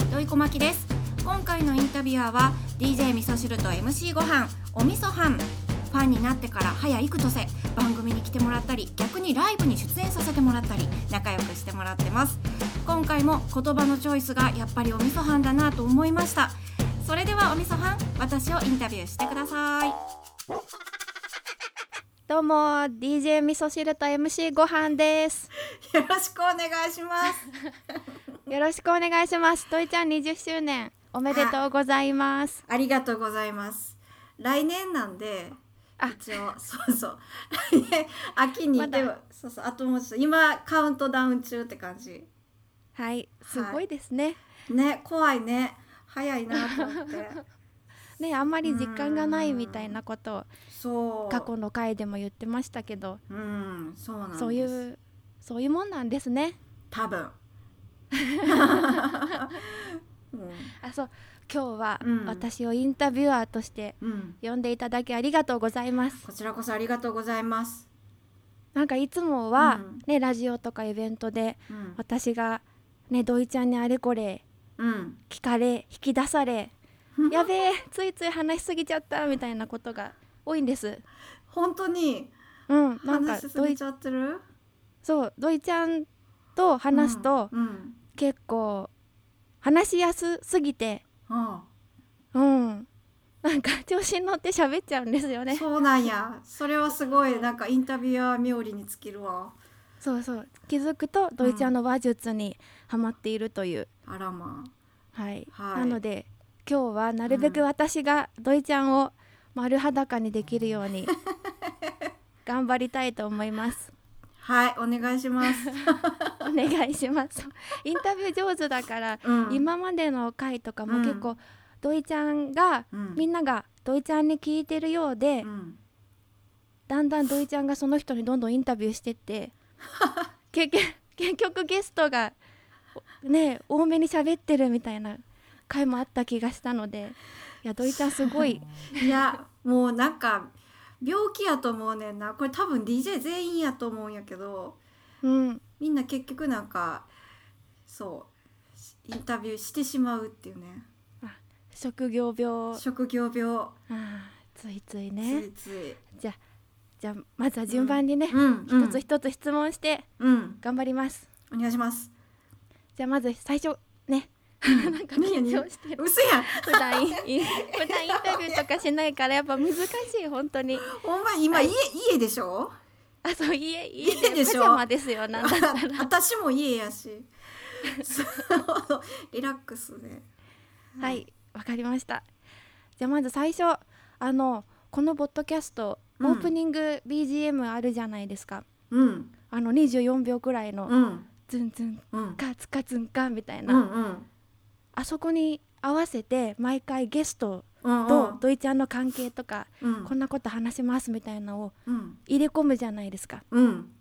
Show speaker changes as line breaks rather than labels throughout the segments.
糸井小牧です今回のインタビュアーは DJ 味噌汁と MC ご飯お味噌飯ファンになってから早いくとせ番組に来てもらったり逆にライブに出演させてもらったり仲良くしてもらってます今回も言葉のチョイスがやっぱりお味噌飯だなと思いましたそれではお味噌飯私をインタビューしてください
どうも DJ 味噌汁と MC ご飯です
よろしくお願いします
よろしくお願いしますといちゃん20周年おめでとうございます
ありがとうございます来年なんで
あ
一応 そうそう来年秋に
まだ
でもそうそうあともうちょっと今カウントダウン中って感じ
はいすごいですね、
ね怖いね早いなと思って
ねあんまり実感がないみたいなこと
そ
を
う
過去の回でも言ってましたけど
うんそうなんです
そういうそういうもんなんですね
多 分、うん
あそう今日は
うん
私をインタビュアーとして
うん、
呼んでいただきありがとうございます
こちらこそありがとうございます、
なんかいつもは、
うん
ねラジオとかイベントで
うん
私がねどいちゃんにあれこれ
うん、
聞かれ引き出されやべえついつい話しすぎちゃったみたいなことが多いんです
本当に
うんなんか
話しす
ど
ぎ
い
ちゃってる
そうどいちゃんと話すと
うん、うん
結構話しやすすぎて
あ
うんなんか調子に乗って喋っちゃうんですよ
あ
ね
そうなんやそれはすごいなんかインタビュアー冥利に尽きるわ
そうそう気づくとどいちゃんの話術にはまっているという、
あらま
はい、
はい
なので今日はなるべく私がどいちゃんを丸裸にできるように 頑張りたいと思います
はいお願いし ます、
お願いしますインタビュー上手だから、
うん、
今までの回とかも
うん
結構、土井ちゃんが、
うん
みんなが土井ちゃんに聞いてるようで、
うん
だんだん土井ちゃんがその人にどんどんインタビューしてって 結局結局ゲストがね多めに喋ってるみたいな回もあった気がしたのでいや土井ちゃんすごい
いやもうなんか病気やと思うねんなこれ多分 DJ 全員やと思うんやけど
うん
みんな結局なんかそうしインタビューしてしまうっていうね
職業病
職業病
あーついつい
つ
ね
いつい、
じゃじゃあまずは順番にね、
うん
一つ一つ質問して
うん、
頑張ります
うん、お願いします
じゃあまず最初 ねなんか緊張してる
嘘やん
普段インイン普段インタビューとかしないからやっぱ難しい本当 に
ほんま今家家でしょ
あそう家家
家
で
で
パ
し
ジ
ょ
ャマですよなんだったら
あ私も家やしそうリラックスで
はいわかりましたじゃあまず最初あのこのポッドキャストオ
うん
ープニング BGM あるじゃないですか、
うん
あの24秒くらいの
うん
ズンズン
うん
カツカツンカみたい
うんう
な、
んうん
あそこに合わせて毎回ゲスト
うん
と土井ちゃんの関係とか、
うん
こんなこと話しますみたいなのを
うん
入れ込むじゃないですか
うん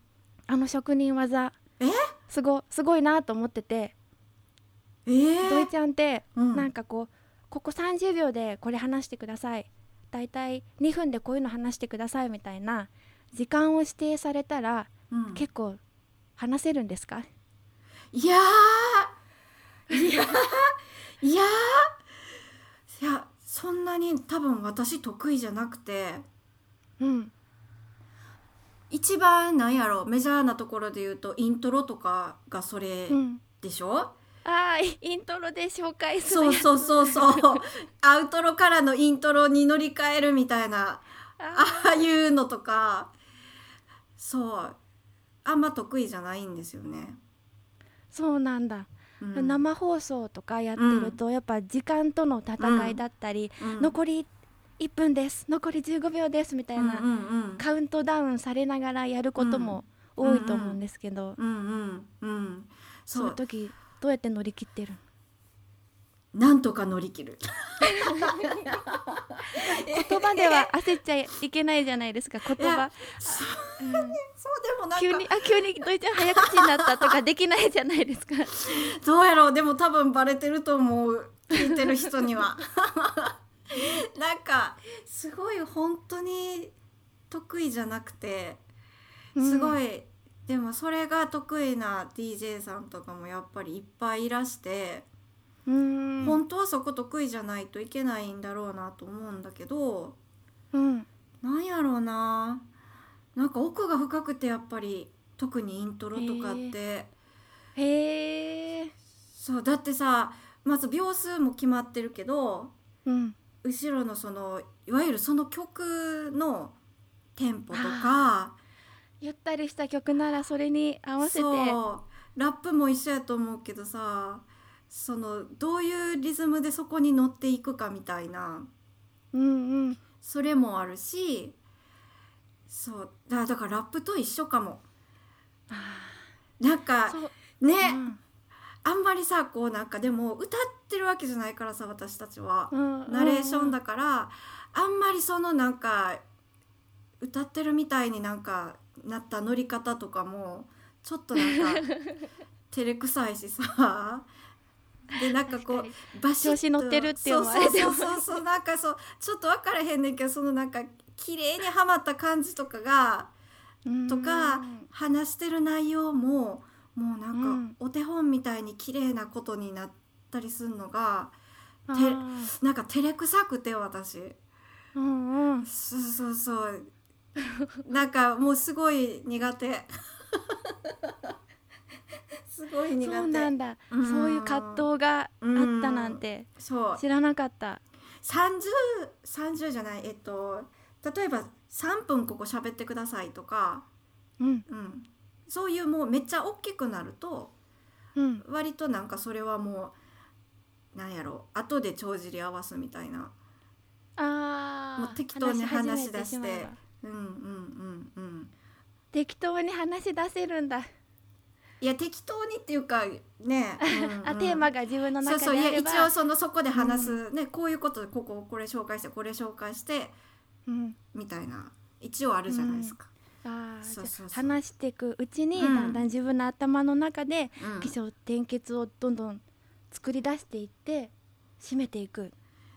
あの職人技
え
すごすごいなと思ってて
え
土井
ー、
ちゃんって
うん
なんかこうここ30秒でこれ話してくださいだいたい2分でこういうの話してくださいみたいな時間を指定されたら
うん
結構話せるんですか
いやーいやーいやーいやそんなに多分私得意じゃなくて
うん
一番なんやろメジャーなところで言うとイントロとかがそれ
うん
でしょ、
あーイイントロで紹介する
そうそうそうそうアウトロからのイントロに乗り換えるみたいな
あ
ああいうのとかそうあんま得意じゃないんですよね。
そうなんだ、
うん
生放送とかやってるとやっぱ時間との戦いだったり、
うん
残り1分です残り15秒ですみたいな、
うんうんうん
カウントダウンされながらやることも多いと思うんですけど、
うんうんうん
そう
そ
いう
う
時どうやって乗り切ってるの
なんとか乗り切る。
言葉では焦っちゃいけないじゃないですか言
いや
葉、
そう
うん
そうでもなんか
急にあ急にどいちゃん早口になったとかできないじゃな いですか
どうやろうでも多分バレてると思う聞いてる人に はなんかすごい本当に得意じゃなくてすご
い、
い、でもそれが得意な DJ さんとかもやっぱりいっぱいいらして
うーん
本当はそこ得意じゃないといけないんだろうなと思うんだけど
うん
なんやろうななんか奥が深くてやっぱり特にイントロとかって、
へえ
そうだってさまず秒数も決まってるけど
うん
後ろのそのいわゆるその曲のテンポとか
ゆったりした曲ならそれに合わせて
そうラップも一緒やと思うけどさそのどういうリズムでそこに乗っていくかみたいな
うんうん
それもあるしそうだだからラップと一緒かもなんか
そう
ね、
うん
あんまりさこうなんかでも歌ってるわけじゃないからさ私たちは、
うんうん
ナレーションだからあんまりそのなんか歌ってるみたいになんかなった乗り方とかもちょっとなん か照れくさいしさでなんかこ
確か
うバシッと
調子乗ってるっていうのはあれで
そ
も
うそうそうそうそうなんかそうちょっと分からへんねんけどそのなんか綺麗にはまった感じとかが
うん
とか話してる内容ももうな
うんん
かお手本みたいに綺麗なことになったりするのが
あ
て
ー
なんか照れくさくて私
うんうん
そうそうそうなんかもうすごい苦手 すごい苦手
そうなんだ
うん
そういう葛藤があったなんて
そう
知らなかった
3030じゃないえっと例えば3分ここ喋ってくださいとか、
うん
うん、そういうもうめっちゃ大きくなると
うん
割となんかそれはもうなんやろ後で帳尻合わすみたいな
あー
もう適当に話し出して
話始めまえば
うんうんうんうん
適当に話し出せるんだ
いや適当にっていうか ね、うんうん
あテーマが自分の
そう
中
そうい
にあ
や
れ
一
ば
応そのそこで話す、ねこういうことでこここれ紹介してこれ紹介して
うん
みたいな一応あるじゃないですか、
あー
そうそうそう
じゃあ話していくうちに
うん
だんだん自分の頭の中で
うん
起承転結をどんどん作り出していって締めていく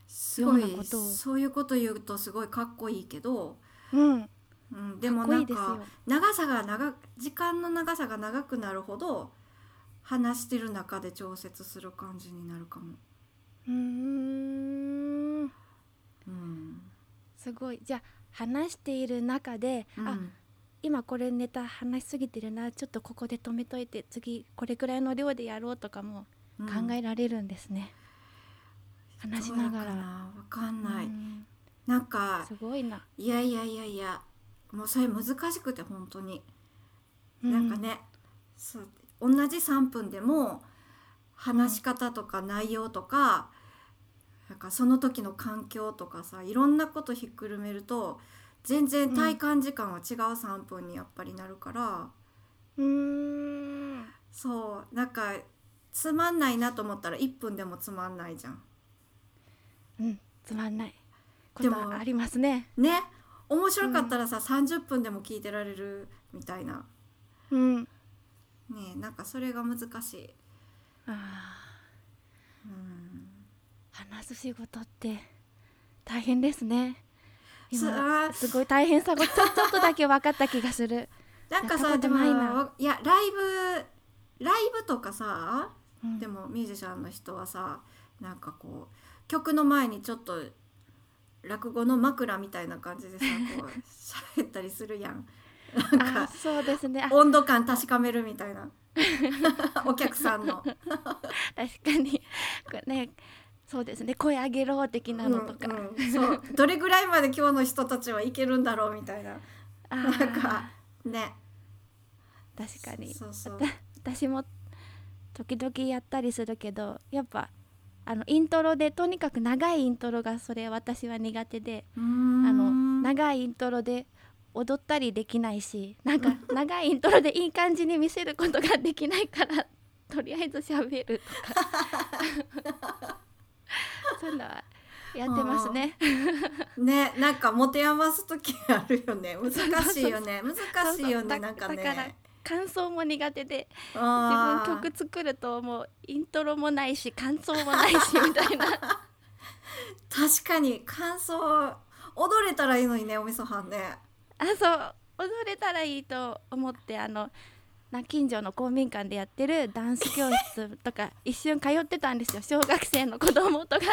すごい
ようなことを
そういうこと言うとすごいかっこいいけど、
うん
うん、でも
かっこ
ない
い
ん
です
か
よ
長さが長時間の長さが長くなるほど話してる中で調節する感じになるかも。
うーん
うん
すごいじゃあ話している中で、
う
あ
ん
今これネタ話しすぎてるなちょっとここで止めといて次これくらいの量でやろうとかも
うん
考えられるんですね、話しなが
どうやからなわかんない、
うん
なんか
すごいな、
いやいやいやいやもうそれ難しくて本当に、
う
なんかねそう同じ3分でも話し方とか内容とか、なんかその時の環境とかさいろんなことひっくるめると全然体感時間は違う3分にやっぱりなるから、
うーん
そうなんかつまんないなと思ったら1分でもつまんないじゃん。
うんつまんないこ
で
と
も
はありますね
ね面白かったらさ、30分でも聞いてられるみたいな
うん
ねなんかそれが難しい。
あ
うん
ー話す仕事って大変ですね
す
今
あー
すごい大変さがちょちょっとだけ分かった気がする
なんか
や
さ
った
で
こと
も
ないない
やライブライブとかさ
うん
でもミュージシャンの人はさなんかこう曲の前にちょっと落語の枕みたいな感じでさこ う喋ったりするやんなん
あー
か
そうですねあ
温度感確かめるみたい なお客さんの
確かに これねそうですね声上げろ的なのとか、
うんうんそうどれぐらいまで今日の人たちはいけるんだろうみたいな
あ
なん
ー
かね
確かに
そうそう
私も時々やったりするけどやっぱあのイントロでとにかく長いイントロがそれ私は苦手で
あ
あの長いイントロで踊ったりできないしな んか長いイントロでいい感じに見せることができないから とりあえず喋るとか そんなはやってますね。
ねなんか持て余す時あるよ ね難しいよね難しいよ
そうそ
ね
う
なんか
だから
ね
感想も苦手で自
あー
分曲作るともうイントロもないし感想もないしみた いな
確かに感想踊れたらいいのにねおみそはんね
あそう踊れたらいいと思ってあのな近所の公民館でやってるダンス教室と か一瞬通ってたんですよ小学生の子供とかが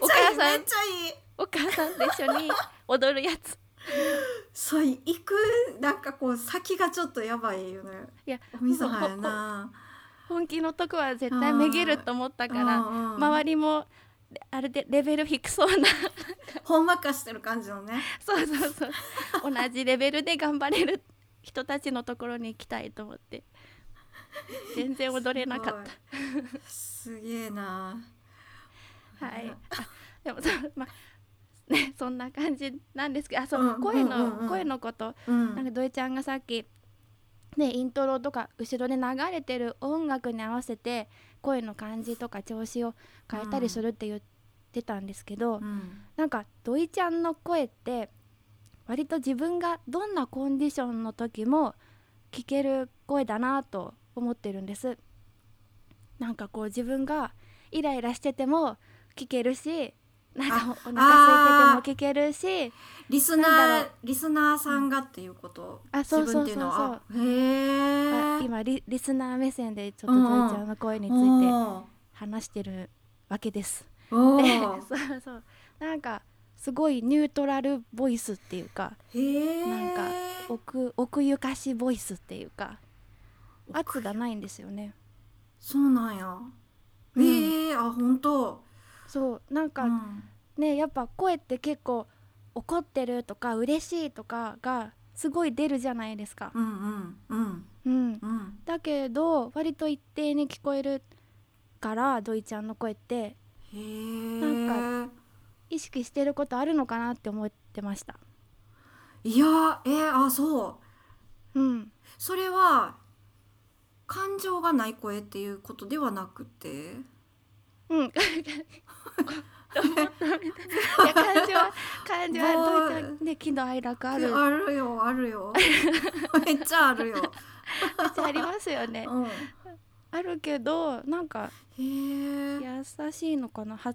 お母さ
めっ
ん
ちゃいい
お母さんと一緒に踊るやつ
そう行くなんかこう先がちょっとやばいよね
いや
おみそはやな
本気のとこは絶対めげると思ったから
周
周りもあれでレベル低そうな
ほんわかしてる感じのね
そうそうそう同じレベルで頑張れる人たちのところに行きたいと思って全然踊れな かった
たすげえな
はい。あでもそうまあねそんな感じなんですけど、あそう、
うん
声の、
うんうんうん
声のこと、
うん
なんか土井ちゃんがさっきねイントロとか後ろで流れてる音楽に合わせて声の感じとか調子を変えたりするって言ってたんですけ
う
ど、
ん
なんか土井ちゃんの声って割と自分がどんなコンディションの時も聞ける声だなと思ってるんですなんかこう自分がイライラしてても聞けるしなんかおお腹空いてても聞けるし
リス
なん
ナ
だ
ー
ろ
リスナーさんがっていうこと
あそうそうそ
自分っ
うそう
ていうのはあへ
あ
え
今リリスナー目線でちょっと
うんうん
土井ちゃんの声について
お
話してるわけです
ーお
で
ー
そうそうなんかすごいニュートラルボイスっていうか
へえ
なんか奥奥ゆかしボイスっていうか圧がないんですよね。
そうなんや
うん
へえあ本当
そうなんか、
うん
ねやっぱ声って結構怒ってるとか嬉しいとかがすごい出るじゃないですか。
うんうんうん
うん、
うん
だけど割と一定に聞こえるから土井ちゃんの声って
へえ
なん意識してることあるのかなって思ってました。
いやーえー、あそう
うん、
それは感情がない声っていうことではなくて
うん、 思ったいや感情は感情は土井ちゃんね喜怒哀楽あ
あ
る
る
めっ
よある よめっちゃあるよ、
ちゃ ありますよね。
うん、
あるけどなんか
へえ
優しいのかなは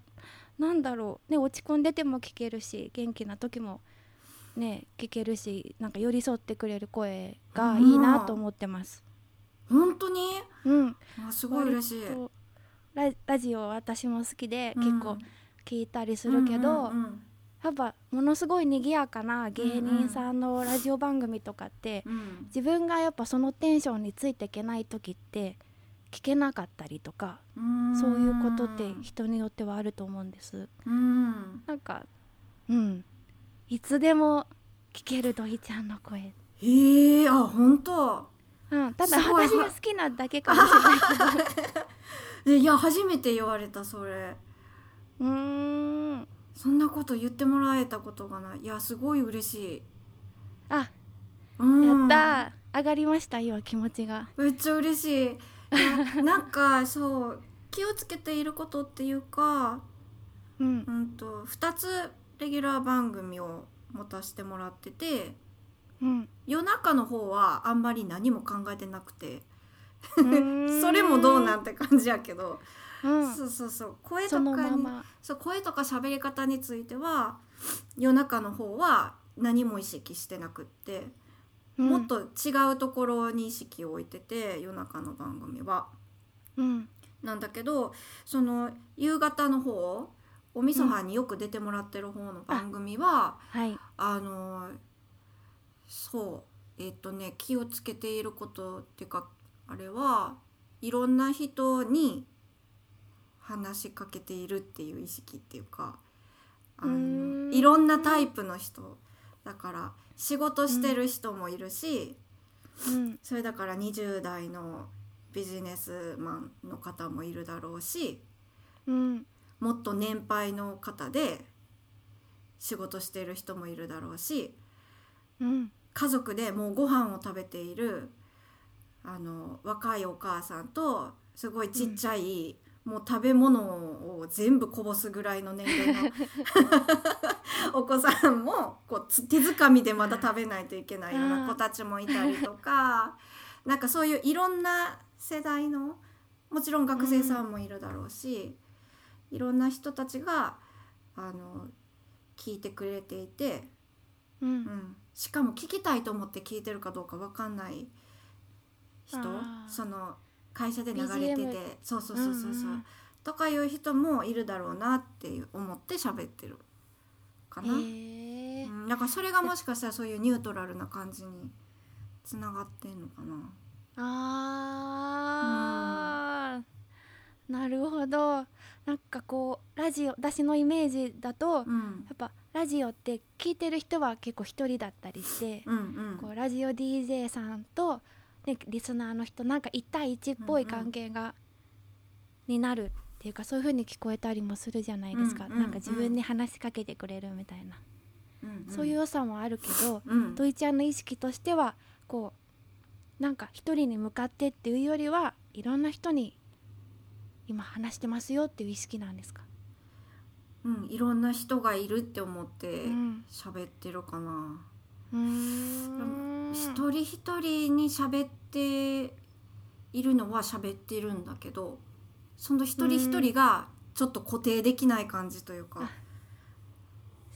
なんだろうね落ち込んでても聞けるし元気な時もね聞けるしなんか寄り添ってくれる声がいいなと思ってます。
本当に
うん、
あすごい嬉しい
割とララジオ私も好きで結構聞いたりす
す
るけど、
うんうん
やっぱものすごい賑やかな芸人さんのラジオ番組とかって
うんうん
自分がやっぱそのテンションについていけない時って聞けなかったりとか
うん
そういうことって人によってはあると思うんです。
うん
なんか、うん、いつでも聞けるドイちゃんの声。
へえあ本当
うん、ただ
すごい
私が好きなだけかもしれないけど。
えいや初めて言われたそれ
うーん、
そんなこと言ってもらえたことがないいやすごい嬉しい、
あ、
うん、
やったー、上がりました、今気持ちが。
めっちゃ嬉しいいや なんかそう気をつけていることっていうか、
うん
う、ん、と2つレギュラー番組を持たせてもらってて
うん、
夜中の方はあんまり何も考えてなくて
うー ん
それもどうなんて感じやけど、
うん、
そうそうそう声と
そ
か
の
に
まま。
そう声とか喋り方については夜中の方は何も意識してなくって、
うん
もっ、と違うところに意識を置いてて夜中の番組は。
うん、
なんだけどその夕方の方おみそはによく出てもらってる方の番組は、
はい、
あのそうえっとね気をつけていることっていうかあれはいろんな人に話しかけているっていう意識っていうかあ
うー
の
ん
いろんなタイプの人だから仕事してる人もいるし、
うん、
それだから20代のビジネスマンの方もいるだろうし
うん、
もっと年配の方で仕事してる人もいるだろうし
うん、
家族でもうご飯を食べているあの若いお母さんとすごいちっちゃい、もう食べ物を全部こぼすぐらいの年 齢のお子さんもこうつ手づかみでまだ食べないといけないような子たちもいたりと かなんかそういういろんな世代のもちろん学生さんもいるだろうし、いろんな人たちがあの聞いてくれていて。
う、
うんん、しかも聞きたいと思って聞いてるかどうかわかんない人
あー
その会社で流れてて、
BGM
そうそうそうそうそう、
うんうん
とかいう人もいるだろうなって思って喋ってるかな、
へえ
うん、だからそれがもしかしたらそういうニュートラルな感じにつながってんのかな。
あーなるほどなんかこうラジオ私のイメージだと、や
うん、
っぱラジオって聞いてる人は結構一人だったりして、
うんうん
こうラジオ DJ さんと、ね、リスナーの人なんか一対一っぽい関係が、になるっていうかそういう風に聞こえたりもするじゃないですか、
うんうん
なんか自分に話しかけてくれるみたいな、
うん
そういう良さもあるけど、
うん
土井ちゃんの意識としてはこうなんか一人に向かってっていうよりはいろんな人に今話してますよっていう意識なんですか、
うん、いろんな人がいるって思って
うん
喋ってるかな、
うーん
一人一人に喋っているのは喋ってるんだけどその一人一人がちょっと固定できない感じというか、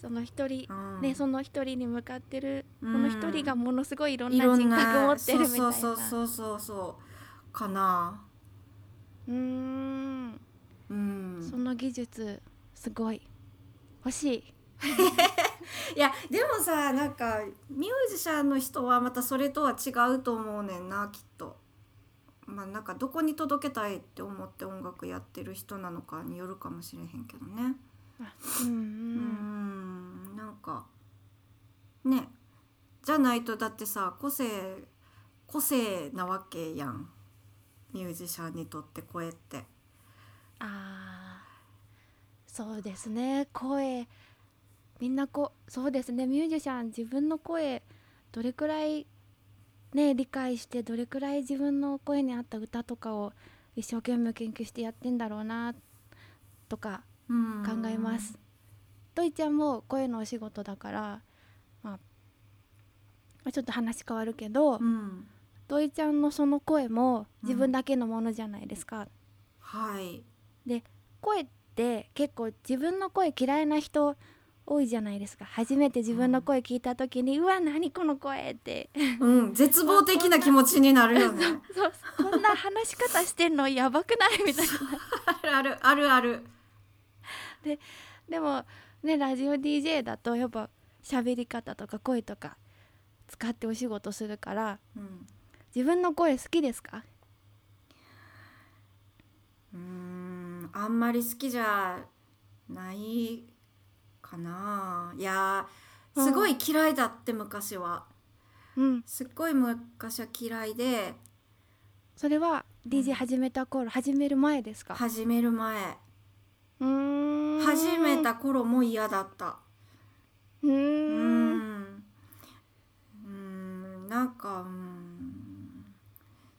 その一人、
うん
ねその一人に向かってる、
うん
この一人がものすごいいろん
い
な
ろ
人
んな
格を持ってるみたいな
そうそうそうそうそうかな
うーん、
うん
その技術すごい欲しい
いやでもさなんかミュージシャンの人はまたそれとは違うと思うねんなきっと。まあなんかどこに届けたいって思って音楽やってる人なのかによるかもしれへんけどね。
あうん
うーんなんかねじゃないとだってさ個性個性なわけやんミュージシャンにとって声って。
あーそうですね声みんなこうそうですねミュージシャン自分の声どれくらいね理解してどれくらい自分の声に合った歌とかを一生懸命研究してやってんだろうなとか
うん
考えます。といちゃんも声のお仕事だから、まあまあ、ちょっと話変わるけど、
うん、
といちゃんのその声も自分だけのものじゃないですか。
はい
声って結構自分の声嫌いな人多いじゃないですか初めて自分の声聞いた時に、うわ何この声って
うん、絶望的な気持ちになるよね。
そうこんな話し方してんのやばくないみたいな
あるあるある
でもねラジオ DJ だとやっぱ喋り方とか声とか使ってお仕事するから
うん
自分の声好きですか
うーんあんまり好きじゃないかないやーすごい嫌いだって昔は
うん
すっごい昔は嫌いで
それは
う
DJ
ん
始めた頃、始める前ですか
始める前
うーん
始めた頃も嫌だった
う
う
ー
んんうんなんかうん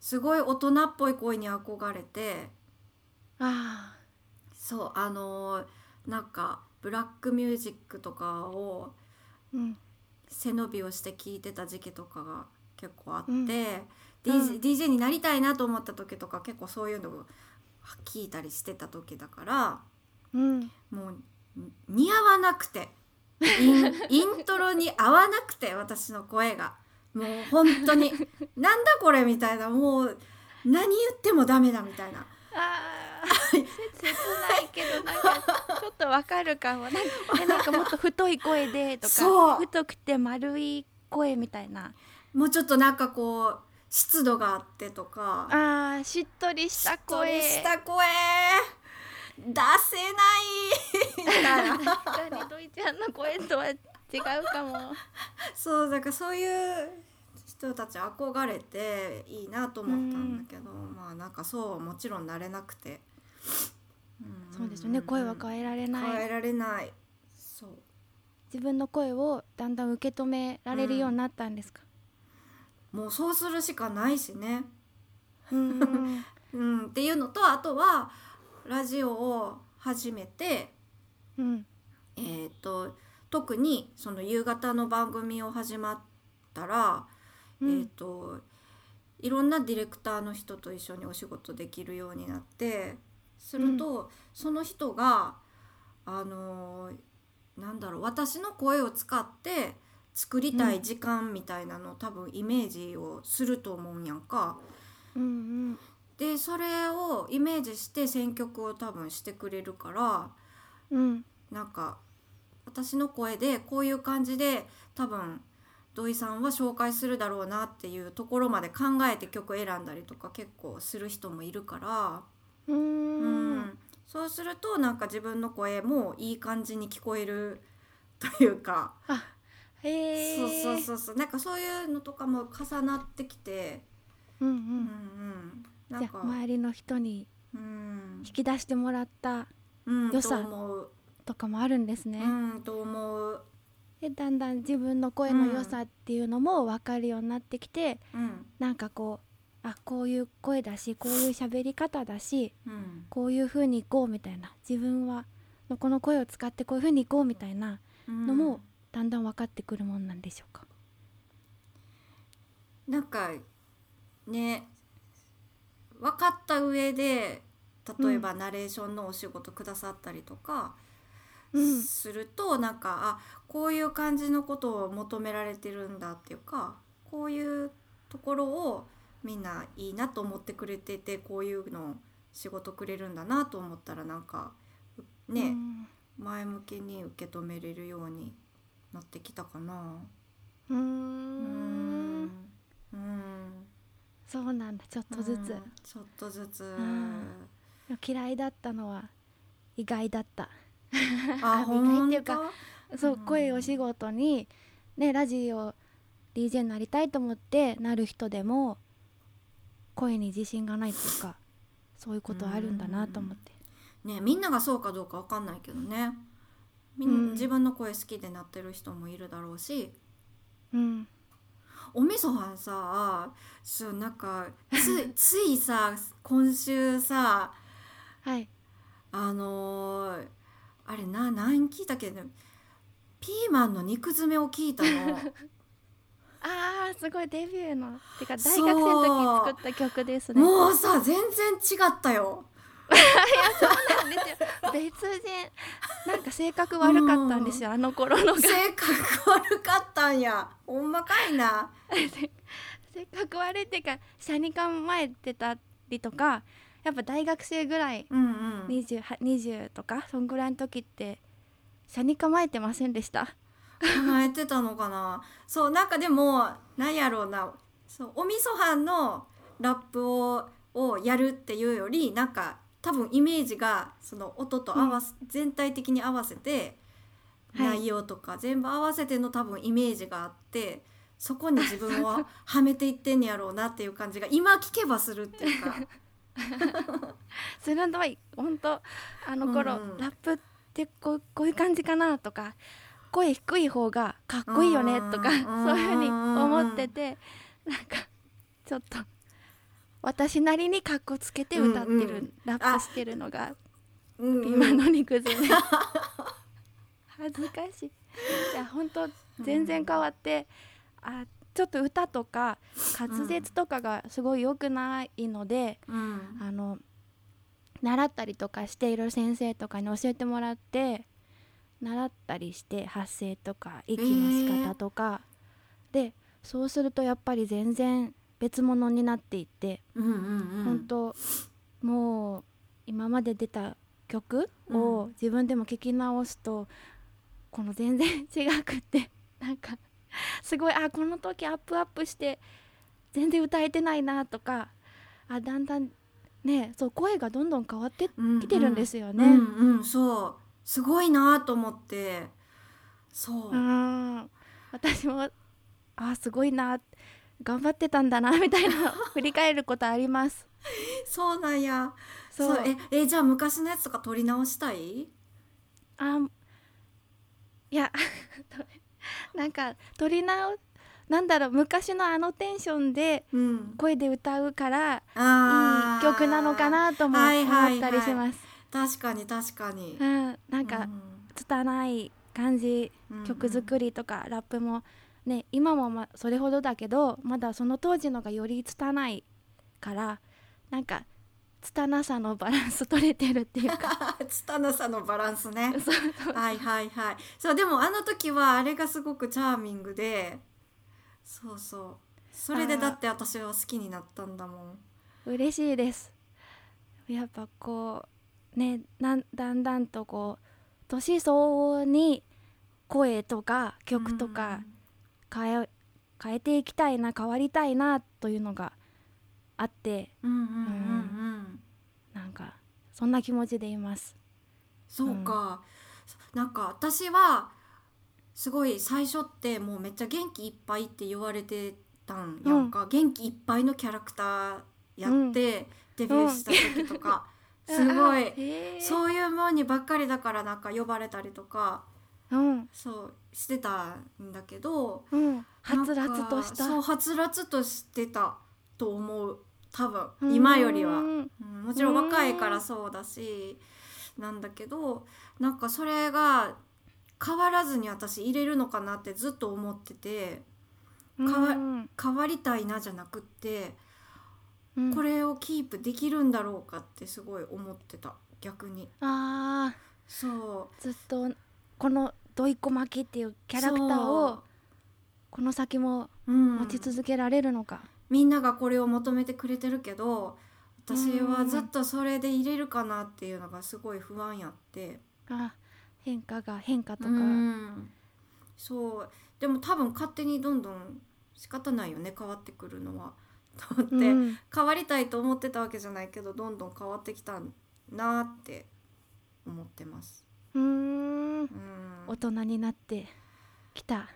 すごい大人っぽい声に憧れて
あ
そうあのーなんかブラックミュージックとかを
ーうん
背伸びをして聞いてた時期とかが結構あって、
うん
DJ,
うん
DJ になりたいなと思った時とか結構そういうのを聞いたりしてた時だから
うん
もうん似合わなくてイ ンイントロに合わなくて私の声がもう本当 になんだこれみたいなもう何言ってもダメだみたいな
あー切ないけどなんかちょっとわかるかも なんかえなんかもっと太い声でと
そう
か太くて丸い声みたいな
もうちょっとなんかこう湿度があってとか
あ。ーしっとりした声
した声出せないみたいな
確かにドイちゃんの声とは違うかも
そうだからそういう人たち憧れていいなと思ったんだけど、まあなんかそうはもちろんなれなくて、ん
そうですよね声は変えられな
変え
い
られないそう
自分の声をだんだん受け止められるようになったんですか
もうそうするしかないしね、
うんうん
うん、っていうのとあとはラジオを始めて
うん
えー、と特にその夕方の番組を始まったら、
うん
えー、といろんなディレクターの人と一緒にお仕事できるようになってすると、その人があのーなんだろう私の声を使って作りたい時間みたいなのを、多分イメージをすると思うんやんか。
うん
でそれをイメージして選曲を多分してくれるから
うんうん
なんか私の声でこういう感じで多分土井さんは紹介するだろうなっていうところまで考えて曲選んだりとか結構する人もいるから。
うー
うんん、そうするとなんか自分の声もいい感じに聞こえるというか、
へえ
そうそうそうそうなんかそういうのとかも重なってきて、
うんう
うん
ん
うん、な
じ
ん
ゃあ
か、
周りの人に
うん
引き出してもらった
うん、
良さ
と思う、
とかもあるんですね、
うんと思う、
でだんだん自分の声の良さっていうのも分かるようになってきて、
うん
なんかこうあこういう声だしこういう喋り方だし
うん、
こういう風に行こうみたいな自分はこの声を使ってこういう風に行こうみたいな
うん
のもだんだん分かってくるもんなんでしょうか、
なんかね分かった上で例えばナレーションのお仕事くださったりとか
うん
すると、なんかあこういう感じのことを求められてるんだっていうかこういうところをみんないいなと思ってくれててこういうの仕事くれるんだなと思ったらなんかね、
うん
前向きに受け止めれるようになってきたかな。
うー
うんうん
そうなんだちょっとずつ、
うんちょっとずつ
ん嫌いだったのは意外だった
あ
意外っていうか
本
そう、
うん
声を仕事にねラジオ DJ になりたいと思ってなる人でも声に自信がないっていうかそういうことあるんだなと思って
当ねみんながそうかどうかわかんないけどねみん、
うん
自分の声好きでなってる人もいるだろうし
うん
おみそはんさそうなんか つついさ今週さ
はい
あのーあれな何聞いたっけねピーマンの肉詰めを聞い たの。
あーすごいデビューのてか
そう
大学生の時作った曲ですね
もうさ全然違ったよ。
なんですよ別人なんか性格悪かったんですよあの頃のが
性格悪かったんや。ほんまかいな。
性格悪いっていうか車に構えてたりとかやっぱ大学生ぐらい
うんうん。
20, は20とかそんぐらいの時って車に構えてませんでした
叶えてたのかな。そうなんかでもなんやろうな。そうおみそはんのラップををやるっていうよりなんか多分イメージがその音と合わせ、全体的に合わせて
はい
内容とか全部合わせての多分イメージがあって。そこに自分 をはめていってんやろうなっていう感じが今聞けばするって いうか
するどい本当あの
う
頃、
んうん
ラップってこうこういう感じかなとか声低い方がかっこいいよねとか
う
そ
んうん
ういうふうに思っててなんかちょっと私なりにかっこつけて歌ってる、
うんうん
ラップしてるのが
うんうん
今の肉詰め 恥ずかしいいや本当全然変わって、あちょっと歌とか滑舌とかがすごい良くないので、
うん
あの習ったりとかしていろいろ先生とかに教えてもらって習ったりして発声とか息の仕方とか、でそうするとやっぱり全然別物になっていって、
うんうんうん
本当もう今まで出た曲
う
を
ん
自分でも聞き直すと、この全然違くって なんかすごいあこの時アップアップして全然歌えてないなとかあだんだんねそう声がどんどん変わって
来
きてるんですよね。
うんうん、そうすごいなと思ってそう、
うん私もあすごいな頑張ってたんだなみた いな振り返ることあります。
そうなんや
そ
そううええじゃあ昔のやつとか撮り直したい
あいや なんか撮り直なんだろう昔のあのテンションで
うん
声で歌うからい
あ
い
ー
曲なのかなとも
はいはいはい
思ったりします。
確かに確かに、
うんなん
う
か
ん
拙い感じ
うん
曲作りとかラップもね今もまそれほどだけどまだその当時のがより拙いからなんか拙さのバランス取れてるっていう か
拙さのバランスね
そうそう
はいはいはいそうでもあの時はあれがすごくチャーミングでそうそうそれでだって私は好きになったんだもん
嬉しいですやっぱこうねなんだんだんとこう年相応に声とか曲とか変え変えていきたいな変わりたいなというのがあって
うんうんうんうんうん
なんかそんな気持ちでいます。
そうか、なんか私はすごい最初ってもうめっちゃ元気いっぱいって言われてたんやんか、元気いっぱいのキャラクターやってデビューした時とか、 すごい、
い
そういうもんにばっかりだからなんか呼ばれたりとか
うん
そうしてたんだけど
うん、はつら
なん
つ
か
とした
そうはつらつとしてたと思う多分今よりは。
うん
うんもちろん若いからそうだしなんだけどなんかそれが変わらずに私入れるのかなってずっと思っててかわ
うん
変わりたいなじゃなくって
うん
これをキープできるんだろうかってすごい思ってた逆に
あー
そう
ずっとこのどいこまきっていうキャラクターをこの先も
そううん
持ち続けられるのか、
みんながこれを求めてくれてるけど私はずっとそれで入れるかなっていうのがすごい不安やって。
あ変化が変化とか、
うんそうでも多分勝手にどんどん仕方ないよね変わってくるのはと思って、
うん
変わりたいと思ってたわけじゃないけどどんどん変わってきたなって思ってます
うーん
うん
大人になってきた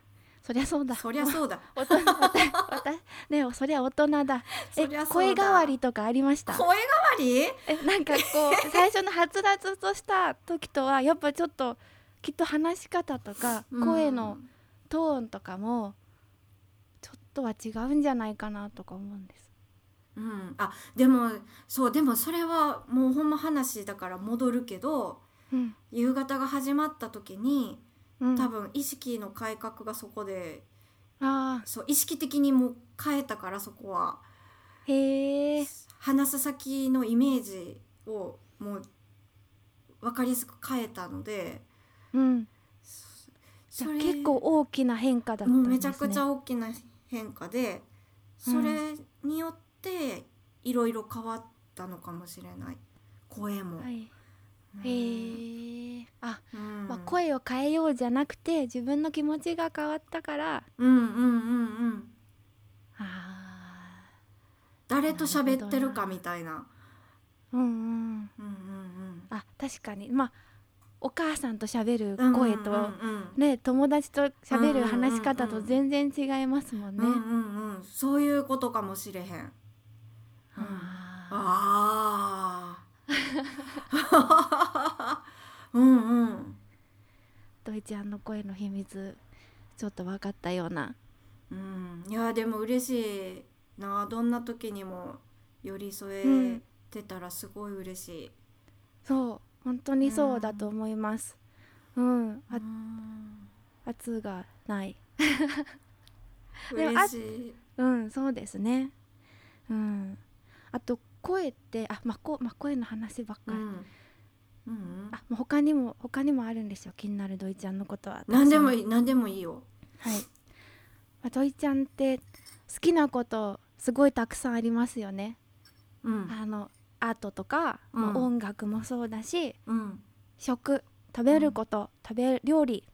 そりゃそうだ
そりゃそうだ
大人 私私ねそりゃ大人だ
そ
え
りゃそうだ
声変わりとかありました
声変わり
えなんかこ う最初のはつらつとした時とはやっぱちょっときっと話し方とか声のトーンとかもちょっとは違うんじゃないかなとか思うんです。
うん、うんあでもそうでもそれはもうほんま話だから戻るけど
うん
夕方が始まった時に
うん、
多分意識の改革がそこで
あ
そう意識的にもう変えたからそこは
ーへえ
話す先のイメージをもう分かりやすく変えたので
うん、じ
そ
ゃあ
れ
結構大きな変化だった
もうん
ですね。
めちゃくちゃ大きな変化でそれによっていろいろ変わったのかもしれない声も。
はい、
うん
へえあ、
うん
まあ、声を変えようじゃなくて自分の気持ちが変わったから
うんうんうんうん
あ
誰と喋ってるかみたいな。
ーうんうん
うんうん
あ確かにまあお母さんと喋
うん
る声と、
うんうん
ね友達と喋る話し方
うん
と
うんう
全然違いますもん
う
ね。
んうんうんそういうことかもしれへん。うん
あ
ああ。うんうん。
ードイちゃんの声の秘密ちょっと分かったような。
うん、いやでも嬉しいなどんな時にも寄り添えてたらすごい嬉しい。
そう本当にそうだと思います。うん、
う
あ
ん、
圧がない。でもあ
嬉しい。
うんそうですね。うんあと声ってあまあこまあ声の話ばっ
う
かり。
ん。うん
あもう他にも他にもあるんですよ気になるドイちゃんのことは。
何でも
い
いい何でもいいよ。
はい。まあ、土井ちゃんって好きなことすごいたくさんありますよね。
うん
あのアートとか、
うん
まあ音楽もそうだし、
うん
食食べること、食べ料理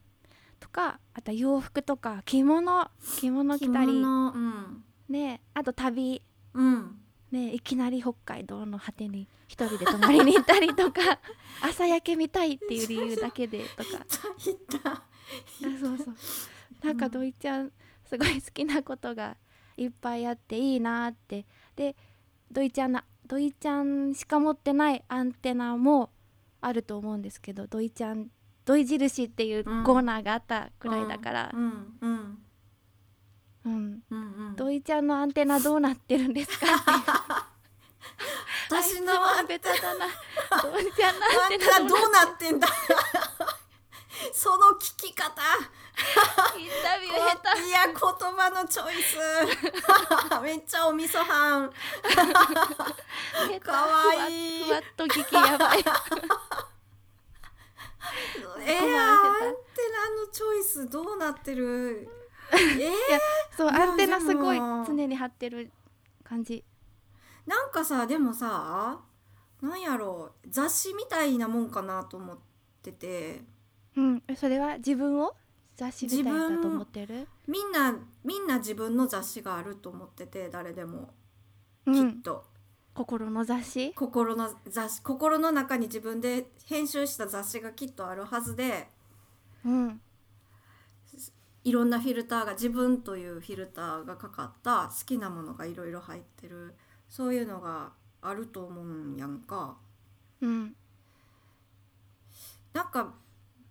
とか、あと洋服とか着物着物着たり
着物うん
ね、あと旅
うん
ねいきなり北海道の果てに一人で泊まりに行ったりと か朝焼け見たいっていう理由だけでとか
いた。
あそうそうなんか土井ちゃんすごい好きなことがいっぱいあっていいなってで土井ちゃんな土井ちゃんしか持ってないアンテナもあると思うんですけど土井ちゃん土井印っていうコ
うん
ーナーがあったくらいだから
う、んうん
うん
うんうん。
土井ちゃんのアンテナどうなってるんですか
私の
あいつはベタだな土井ちゃんのアン
あ
テ
ん
ナ
た
ど
ど
う
う
な
なってんだ その聞き方
インタビュ
い
ー下手
や言葉のチョイス めっちゃおみ そはん
下手
かわいい
ふわっふわっと聞き やばい
えー、アンテ
せた
ナのチョイスどうなって るえ
そう
いや
アンテナすごい
でも
常に張ってる感じ
ー、なんかさでもさなんやろう雑誌みたいなもんかなと思ってて
うん、えそれは自分を雑誌みたいだと思ってる
みんなみんな自分の雑誌があると思ってて誰でも
う
きっ
ん、
と、
心の雑誌
心の雑誌心の中に自分で編集した雑誌がきっとあるはずで
うん
いろんなフィルターが自分というフィルターがかかった好きなものがいろいろ入ってるそういうのがあると思うんやんか
うん
なんか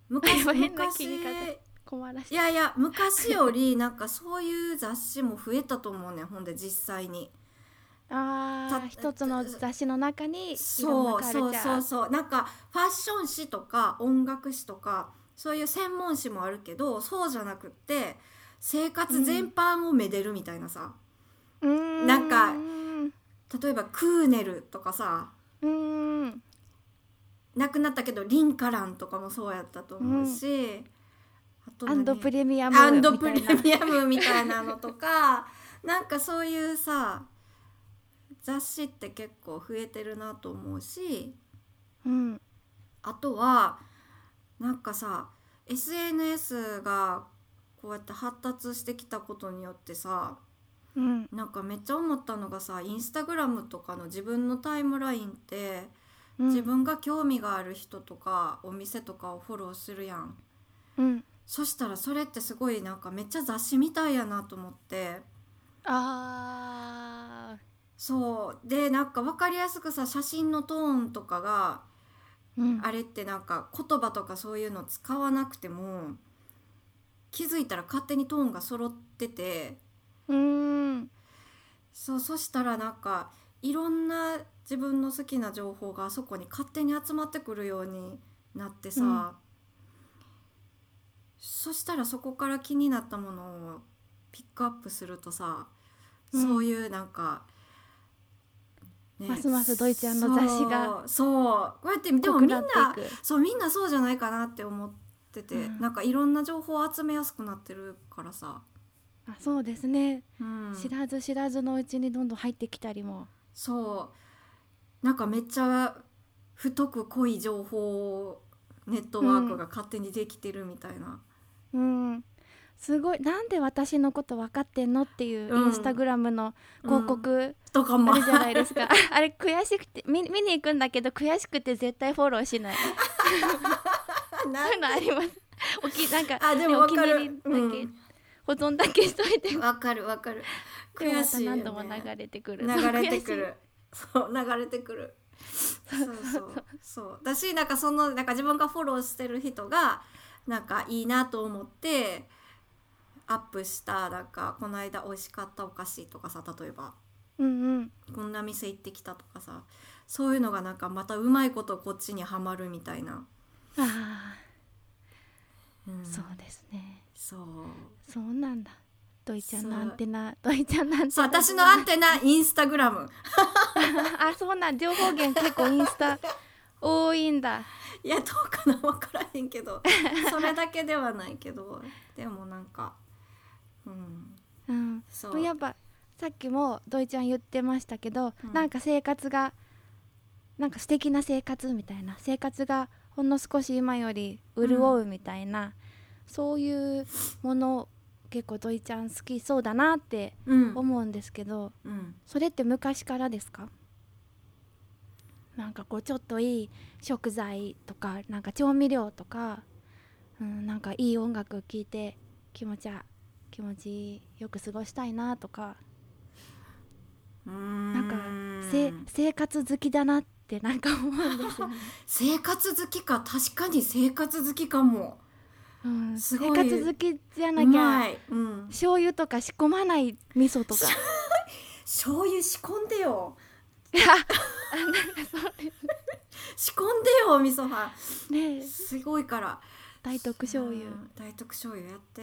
昔
やばい 変な
昔
切り方
い
困らし
やいや昔よりなんかそういう雑誌も増えたと思うねんほんで実際に
あ
た
ー一つの雑誌の中にいろ
そ
ん
う
なカルチ
そう
ャー
そうそうなんかファッション誌とか音楽誌とかそういう専門誌もあるけどそうじゃなくって生活全般をめでるみたいなさ、
うーん
なんか
うん
例えばクーネルとかさ
うん
亡くなったけどリンカランとかもそうやったと思うし、あと
ア
何
ンドプレミアム
アンドプレ
みたいな
ミアムみたいなのとかなんかそういうさ雑誌って結構増えてるなと思うし
うん
あとはなんかさ SNS がこうやって発達してきたことによってさ
うん
なんかめっちゃ思ったのがさインスタグラムとかの自分のタイムラインって
うん
自分が興味がある人とかお店とかをフォローするやん。
うん
そしたらそれってすごいなんかめっちゃ雑誌みたいやなと思って
あ
そうでなんか分かりやすくさ写真のトーンとかが
ーうん
あれってなんか言葉とかそういうの使わなくても気づいたら勝手にトーンが揃ってて
うーん
そうそしたらなんかいろんな自分の好きな情報があそこに勝手に集まってくるようになってさ、
うん
そしたらそこから気になったものをピックアップするとさ、
うん
そういうなんか、ね
ますますドイちゃんの雑誌が
そうそうこうやってでも
濃く
みんな
っていく
そうみんなそうじゃないかなって思ってて、
うん
なんかいろんな情報を集めやすくなってるからさ、
あそうですね、
うん、
知らず知らずのうちにどんどん入ってきたりも
そうなんかめっちゃ太く濃い情報ネットワークが勝手にできてるみたいな、
うんすごいなんで私のこと分かってんのっていう
うん
インスタグラムの広告
とか
あ
も
るじ ゃないですか、 あれ悔しくて見見に行くんだけど悔しくて絶対フォローしないそういうのあります おきなんか
あでも
ねお
わ
気
か
に入
る
りだけ、保存だけしといて
うんわかるわかる
でも
悔しいよ、ね、
また何度も流れてくる
流れてく
そう悔しい
るそう流れてくるそうそうそうだしなんかそのなんか自分がフォローしてる人がなんかいいなと思ってアップしたなんかこの間美味しかったお菓子とかさ例えば
うんうん
こんな店行ってきたとかさそういうのがなんかまたうまいことこっちにはまるみたいな、
あ
うん
あそうですね
そう
そうなんだドイちゃんの
そ
ア
う
ンテナドイちゃんのアンテナ
そう私のアンテナインスタグラム
あそうなん情報源結構インスタ多いんだ
いやどうかな分からへんけ どそれだけではないけどでもなんかうん
うん
そ
で
う
もやっぱさっきも土井ちゃん言ってましたけど、
うん
なんか生活がなんか素敵な生活みたいな生活がほんの少し今より潤うみたいな、そういうもの結構土井ちゃん好きそうだなって
うん
思うんですけど、
うん
それって昔からですかなんかこうちょっといい食材とかなんか調味料とか、うん、なんかいい音楽を聴いて気持ちは気持ちよく過ごしたいなとかな
なん
かせ生活好きだなってなんか思うんで すよね、
生活好きか確かに生活好きかも
うん、
す
生
ごい
活好きじゃ
う
なき
ま
ゃ
い、うん、
醤油とか仕込まない味噌 とか
醤油仕込んでよ
いやなんかそう
仕込んでよ味噌は
ねえ
すごいから
大徳醤油
うん大徳醤油やって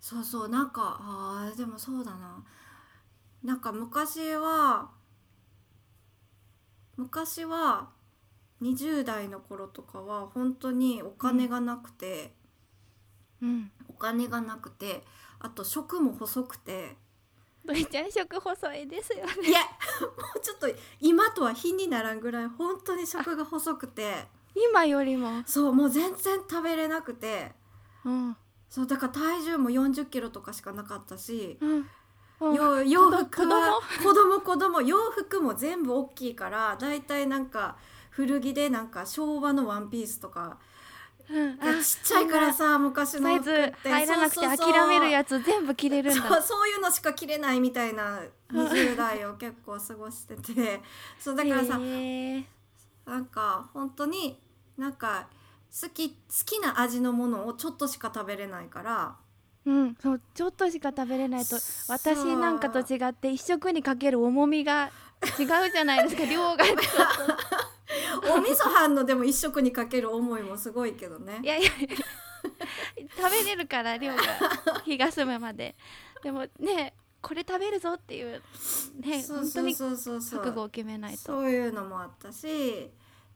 そうそうなんかあーでもそうだななんか昔は昔は20代の頃とかは本当にお金がなくて、
うん
お金がなくてあと食も細くて
土井ちゃん食細いですよね
いやもうちょっと今とは比にならんぐらい本当に食が細くて
今よりも、
そうもう全然食べれなくて
うん
そうだから体重も4 0キロとかしかなかったし、
うんうん
よ洋服は
子
子供子供洋服も全部大きいからだいたいなんか古着でなんか昭和のワンピースとか
うん、
が
あ
ちっちゃいからさ昔の
サイ
服って
ズ入らなくて
そうそうそう
諦めるやつ全部着れるん
そう
だ
そういうのしか着れないみたいな20代を結構過ごしてて そうだからさ
へー
なんか本当になんか好き好きな味のものをちょっとしか食べれないから
うん、そうちょっとしか食べれないと
そう
私なんかと違って一食にかける重みが違うじゃないですか量がちょっ
お味噌飯のでも一食にかける思いもすごいけどね
といやいやいや食べれるから量が日が済むまででもねこれ食べるぞっていうね
そう
本当
そう
に
そうそうそう
覚悟を決めないと
そういうのもあったし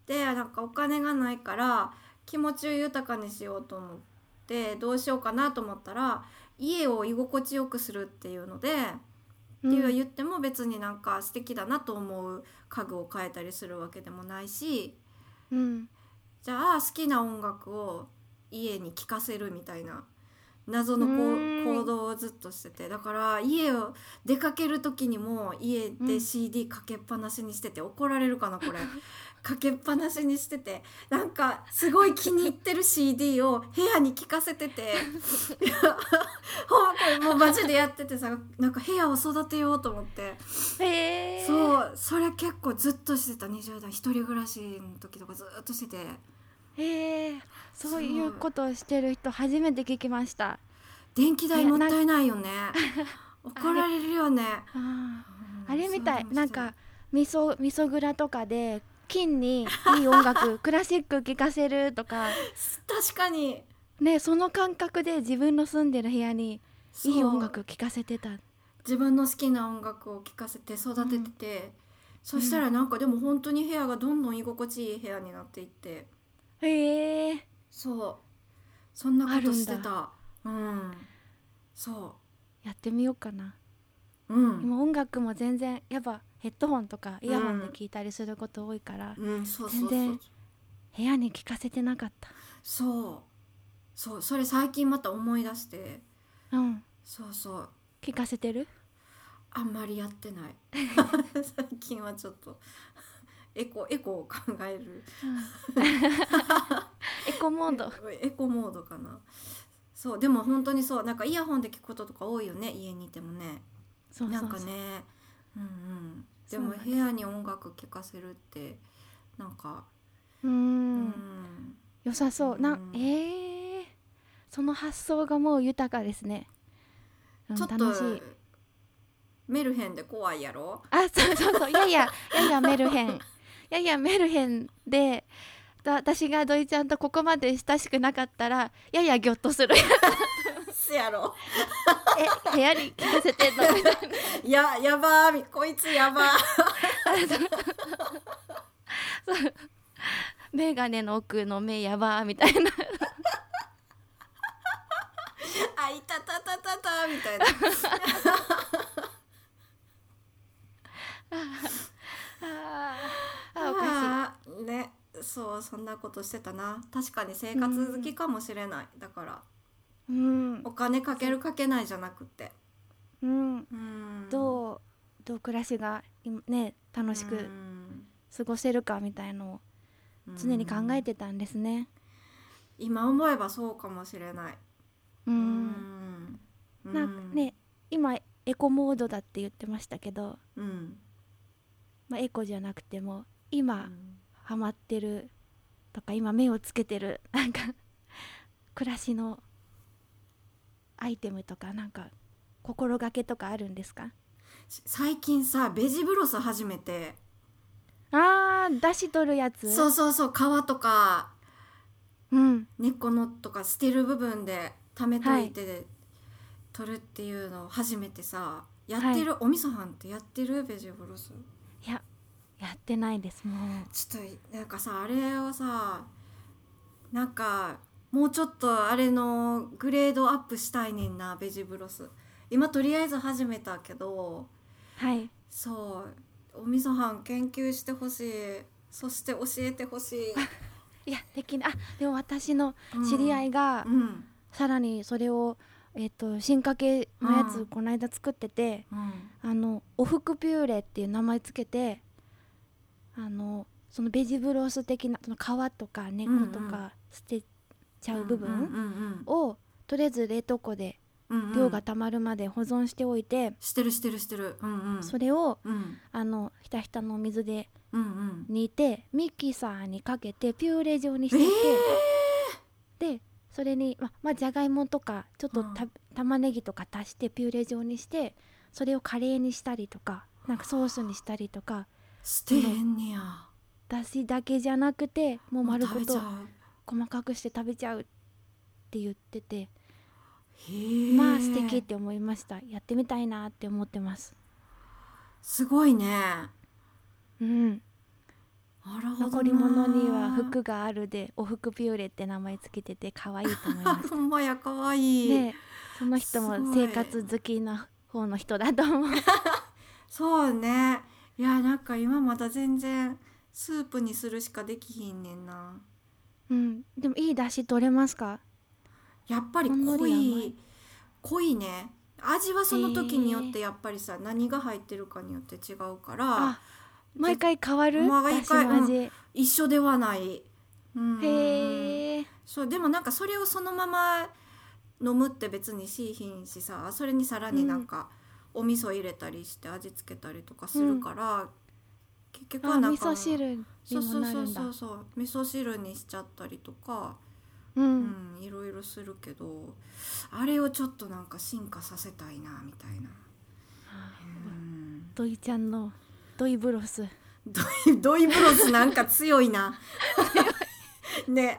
でなんかお金がないから気持ちを豊かにしようと思ってどうしようかなと思ったら家を居心地よくするっていうので、
うん
っていう言っても別になんか素敵だなと思う家具を変えたりするわけでもないし
うん
じゃあ好きな音楽を家に聴かせるみたいな謎のこう
うーん
行動をずっとしててだから家を出かける時にも家
う
で
ん
CD かけっぱなしにしてて怒られるかなこれ かけっぱなしにしててなんかすごい気に入ってる CD を部屋に聴かせて ていやほんこれもうマジでやっててさなんか部屋を育てようと思って。
へえ
そうそれ結構ずっとしてた20代一人暮らしの時とかずっとしてて
へえそういうことをしてる人初めて聞きました
電気代
ね
もったいないよ ね怒られるよね
あー
うん
あれみたい
そう
なんかみそみそ蔵とかで金にいい音 楽クラシック聴かせるとか
確かに
ねその感覚で自分の住んでる部屋にいい
そう
音楽聴かせてた
自分の好きな音楽を聴かせて育ててて、そしたらなんかでも本当に部屋がどんどん居心地いい部屋になっていって
へえ
そうそんなこ
ある
と
ん
し
だ
てたうんそ
やってみようかな
ううん
今音楽も全然やっぱヘッドホンとかイヤホンで
うん
聴いたりすること多いから、
うんそうそう
全
そう
然部屋に聴かせてなかった
そうそうそれ最近また思い出して
うん
そうそう
聴かせてる
あんまりやってない 最近はちょっとエコエコを考える
エコモード
エコモードかなそうでも本当にそうなんかイヤホンで聞くこととか多いよね家にいてもね
そうそうそう
なんかねうんうんでも
そうなん
部
です
屋に音楽聴かせるってなんか
う
うんん
良さそうな
うん
んえー、その発想がもう豊かですね、うん、
ちょっと
楽しい
メルヘンで怖いや ろ
あそうそうそういやいやいやいやメルヘンいやいやメルヘンでだ私が土井ちゃんとここまで親しくなかったらややぎょっとする
せやろ
え部屋に聞かせて んのみたいな
ややばーみこいつやばー
眼鏡の奥の目やばーみたいな
あいたたたたたみたいな
あーあーおか
ああねそうそんなことしてたな確かに生活好きかもしれない、だから
しいうん
お金かけるかけないじゃなくて
うん
うん
どうどう暮らしが今ね楽し
う
く
ん
過ごせるかみたいのを常に考えてたんですね。
今思えばそうかもしれない
うん、
うん
なんかね今エコモードだって言ってましたけど、
うん
まあ、エコじゃなくても
う
今
ん
ハマってるとか今目をつけてる なんか暮らしのアイテムとかなんか心がけとかあるんですか
し最近さベジブロス始めて
あー出し取るやつ
そうそうそう皮とか
うん
根っこのとか捨てる部分で溜めといて、取るっていうのを初めてさやってる、お味噌飯ってやってるベジブロス
いややってないですもう
ちょっとなんかさあれをさなんかもうちょっとあれのグレードアップしたいねんなベジブロス今とりあえず始めたけど
はい
そうおみそはん研究してほしいそして教えてほしい、
いやできないあでも私の 知り合いが
うん
さらにそれを、えっと進化系のや
うん
つこの間作ってて、
うん、
あのおふくピューレっていう名前つけてあのそのベジブロス的なその皮とか根っこと
うんうん
か捨てちゃう部分
分
をとりあえず冷凍庫で
を
量が溜まるまで保存しておいて、
してるしてるしてるうんうん
それを
うん
あのひたひたのお水で
うんうん
煮てミキサーにかけてピューレ状にし
え
てて、でそれにままあじゃがいもとかちょっとた、
う
玉ねぎとか足してピューレ状にしてそれをカレーにしたりとかなんかソースにしたりとか
ー、してへんねや
だしだけじゃなくてもう丸ご
食べち
と
ゃう
細かくして食べちゃうって言ってて、
へー
まあ素敵って思いましたやってみたいなって思ってます
すごいね
うん
なるほどな
残り物には服があるでお服ピューレって名前つけてて可愛いと思いまし
あほんまやかわいい、
でその人
す
も
ごい
生活好きな方の人だと思う
そうねいやなんか今まだ全然スープにするしかできひんねんな
うんでもいい出汁取れますか
やっぱり
ほんの
濃
り甘
い
い
濃いね味はその時によってやっぱりさ、何が入ってるかによって違うから
あ毎回変わる
毎
出
回
汁の味、
一緒ではない、うんうんうん
へえ
そうでもなんかそれをそのまま飲むって別にしいひんしさそれにさらになんかお味噌入れたりして味付けたりとかするから、結局は
あ
なん
味
か
噌汁に
そう
も
そう
な
そ
る
うん
だ
そうそう味噌汁にしちゃったりとか、
う
うんんいろいろするけどあれをちょっとなんか進化させたいなみたいな、うん
ドイちゃんのドイブロス
ドイ ドイブロスなんか強いな ね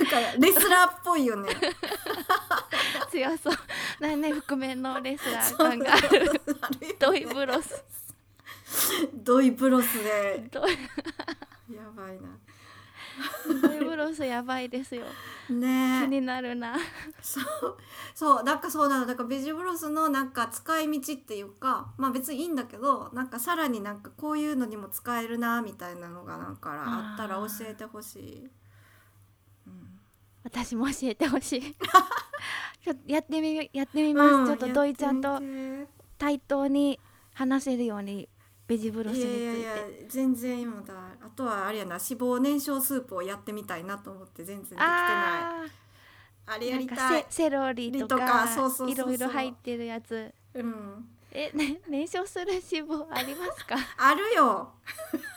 なんかレスラーっぽいよね
強そう だね覆面のレスラー感があるドイブロス
ドイブロスで
ドイ
やばいな
ドイブロスやばいですよ気
ねえ
になるな
そうそうなんかそうなのだからベジブロスのなんか使い道っていうかまあ別にいいんだけどなんかさらになんかこういうのにも使えるなみたいなのがなんかあったら教えてほしい、うん、
私も教えて ほしいちょっとやってみやってみます、ちょっとドイちゃん
やっ
と
てみて
対等に話せるようにベジブロスについて
いやいやいや全然今だあとはあれやな脂肪燃焼スープをやってみたいなと思って全然できてないあ
あ
れ
ー
や
なん
り
か
たい
セセロリと
と
か
かそうそうそうそう
ろいろ入ってるやつ
うん
え、ね、燃焼する脂肪ありますか
あるよ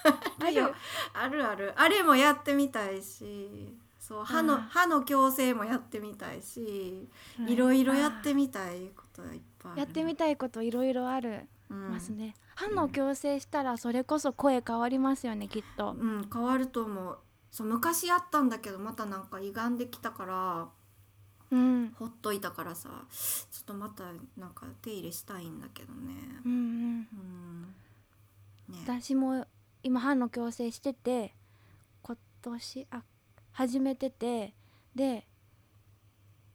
あ
あ
る
る
よ あるあるあれもやってみたいしそう歯の
あー
歯の矯正もやってみたいしいろいろやってみたいことはいっぱいある
やってみたいこといろいろある
うん
ますね、歯の矯正したらそれこそ声変わりますよねきっと
うん変わると思うそう昔やったんだけどまたなんか歪んできたから
うん
ほっといたからさちょっとまたなんか手入れしたいんだけどね
うんうん
うんね
私も今歯の矯正してて今年あ始めててで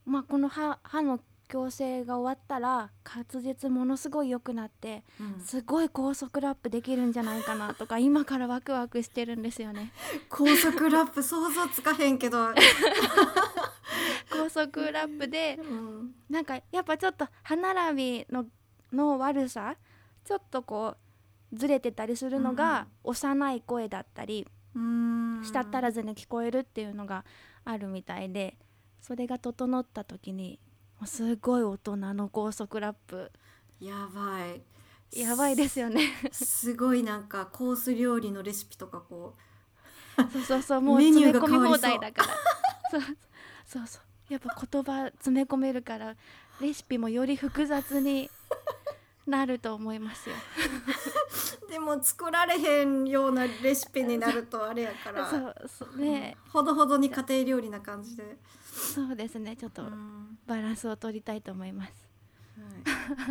まあこの歯歯の矯正が終わったら滑舌ものすごい良くなって
うん
すごい高速ラップできるんじゃないかなとか今からワクワクしてるんですよね
高速ラップ想像つかへんけ ど、
高速ラップで
うん
なんかやっぱちょっと歯並びのの悪さちょっとこうずれてたりするのが、幼い声だったり
うん
舌足らずに聞こえるっていうのがあるみたいでそれが整った時にもうすごい大人の高速ラップ
やばい
やばいですよね
すすごいなんかコース料理のレシピとかこ
そうそうそうもう
メニュー
詰
が
め
変
込み
わりそ
放
う
題だからそうそうそうやっぱ言葉詰め込めるからレシピもより複雑になると思いますよ。
うでも作られへんようなレシピになるとあれやから
そうそうね、
ほどほどに家庭料理な感じで、
そうですねちょっと
うん
バランスを取りたいと思います。
はい、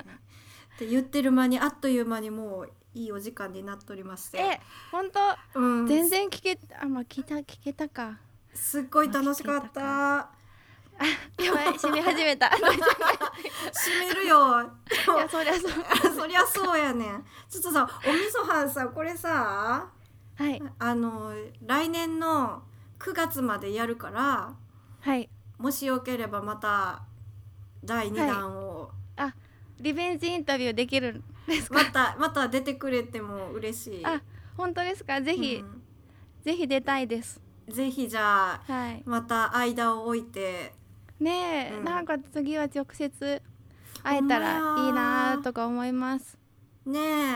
って言ってる間にあっという間にもういいお時間になっておりまして
え、本当
うん、
全然聞けあまあ聞いた聞けたか。
すっごい楽しかった
あ やばい染み始めたい
閉めるよ
やそりゃそう
そりゃそうやねんちょっとさおみそはんさこれさ
はい
あの来年の9月までやるから
はい
もしよければまた第2弾を、
リベンジインタビューできるんですか
またまた出てくれても嬉しい。
あ本当ですかぜ
う
ひ、
ん
ぜひ出たいです
ぜひじゃあ
はい
また間を置いて
ねえ、
うん
なんか次は直接会えたらいいなとか思います
ねえ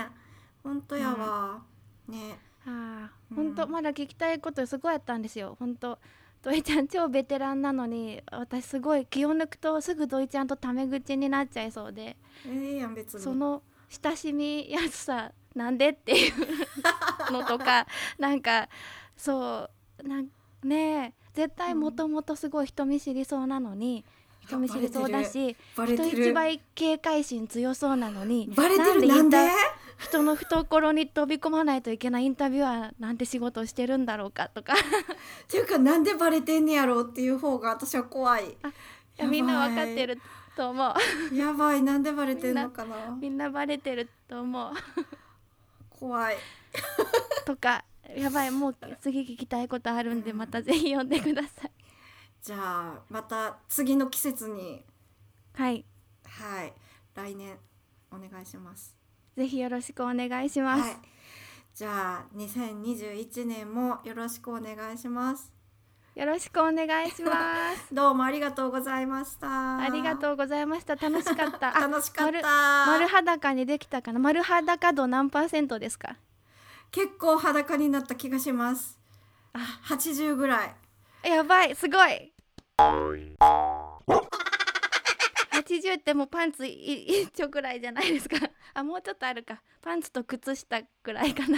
本当やわ、ね
ああ
うん
本当まだ聞きたいことすごいあったんですよ本当土井ちゃん超ベテランなのに私すごい気を抜くとすぐ土井ちゃんとタメ口になっちゃいそうで
えええやん別に
その親しみやすさなんでっていうの とかなんかそうなんねえ絶対もともとすごい人見知りそうなのに、
あ
人見知りそうだし
バレ
人
て
一
る
倍警戒心強そうなのに
バレてるなんで
インタ人の懐に飛び込まないといけないインタビュアーなんて仕事をしてるんだろうかとかい
っていうかなんでバレてんねやろうっていう方が私は怖い
や
やばい
みんなわかってると思う
やばいなんでバレてんのかな
みんなバレてると思う
怖い
とかやばいもう次聞きたいことあるんでまたぜひ読んでください。
じゃあまた次の季節に
はい
はい来年お願いします
ぜひよろしくお願いします。
はい。じゃあ2021年もよろしくお願いします。
よろしくお願いします。
どうもありがとうございました。
ありが
う。
とうございました。楽しかった。あ
楽しかった。
丸裸にできたかな。丸裸度何パーセントですか。
結構裸になった気がします。
あ
80ぐらい。
やばい、すごい。八十ってもうパンツい一丁くらいじゃないですか。あ、もうちょっとあるか。パンツと靴下くらいかな。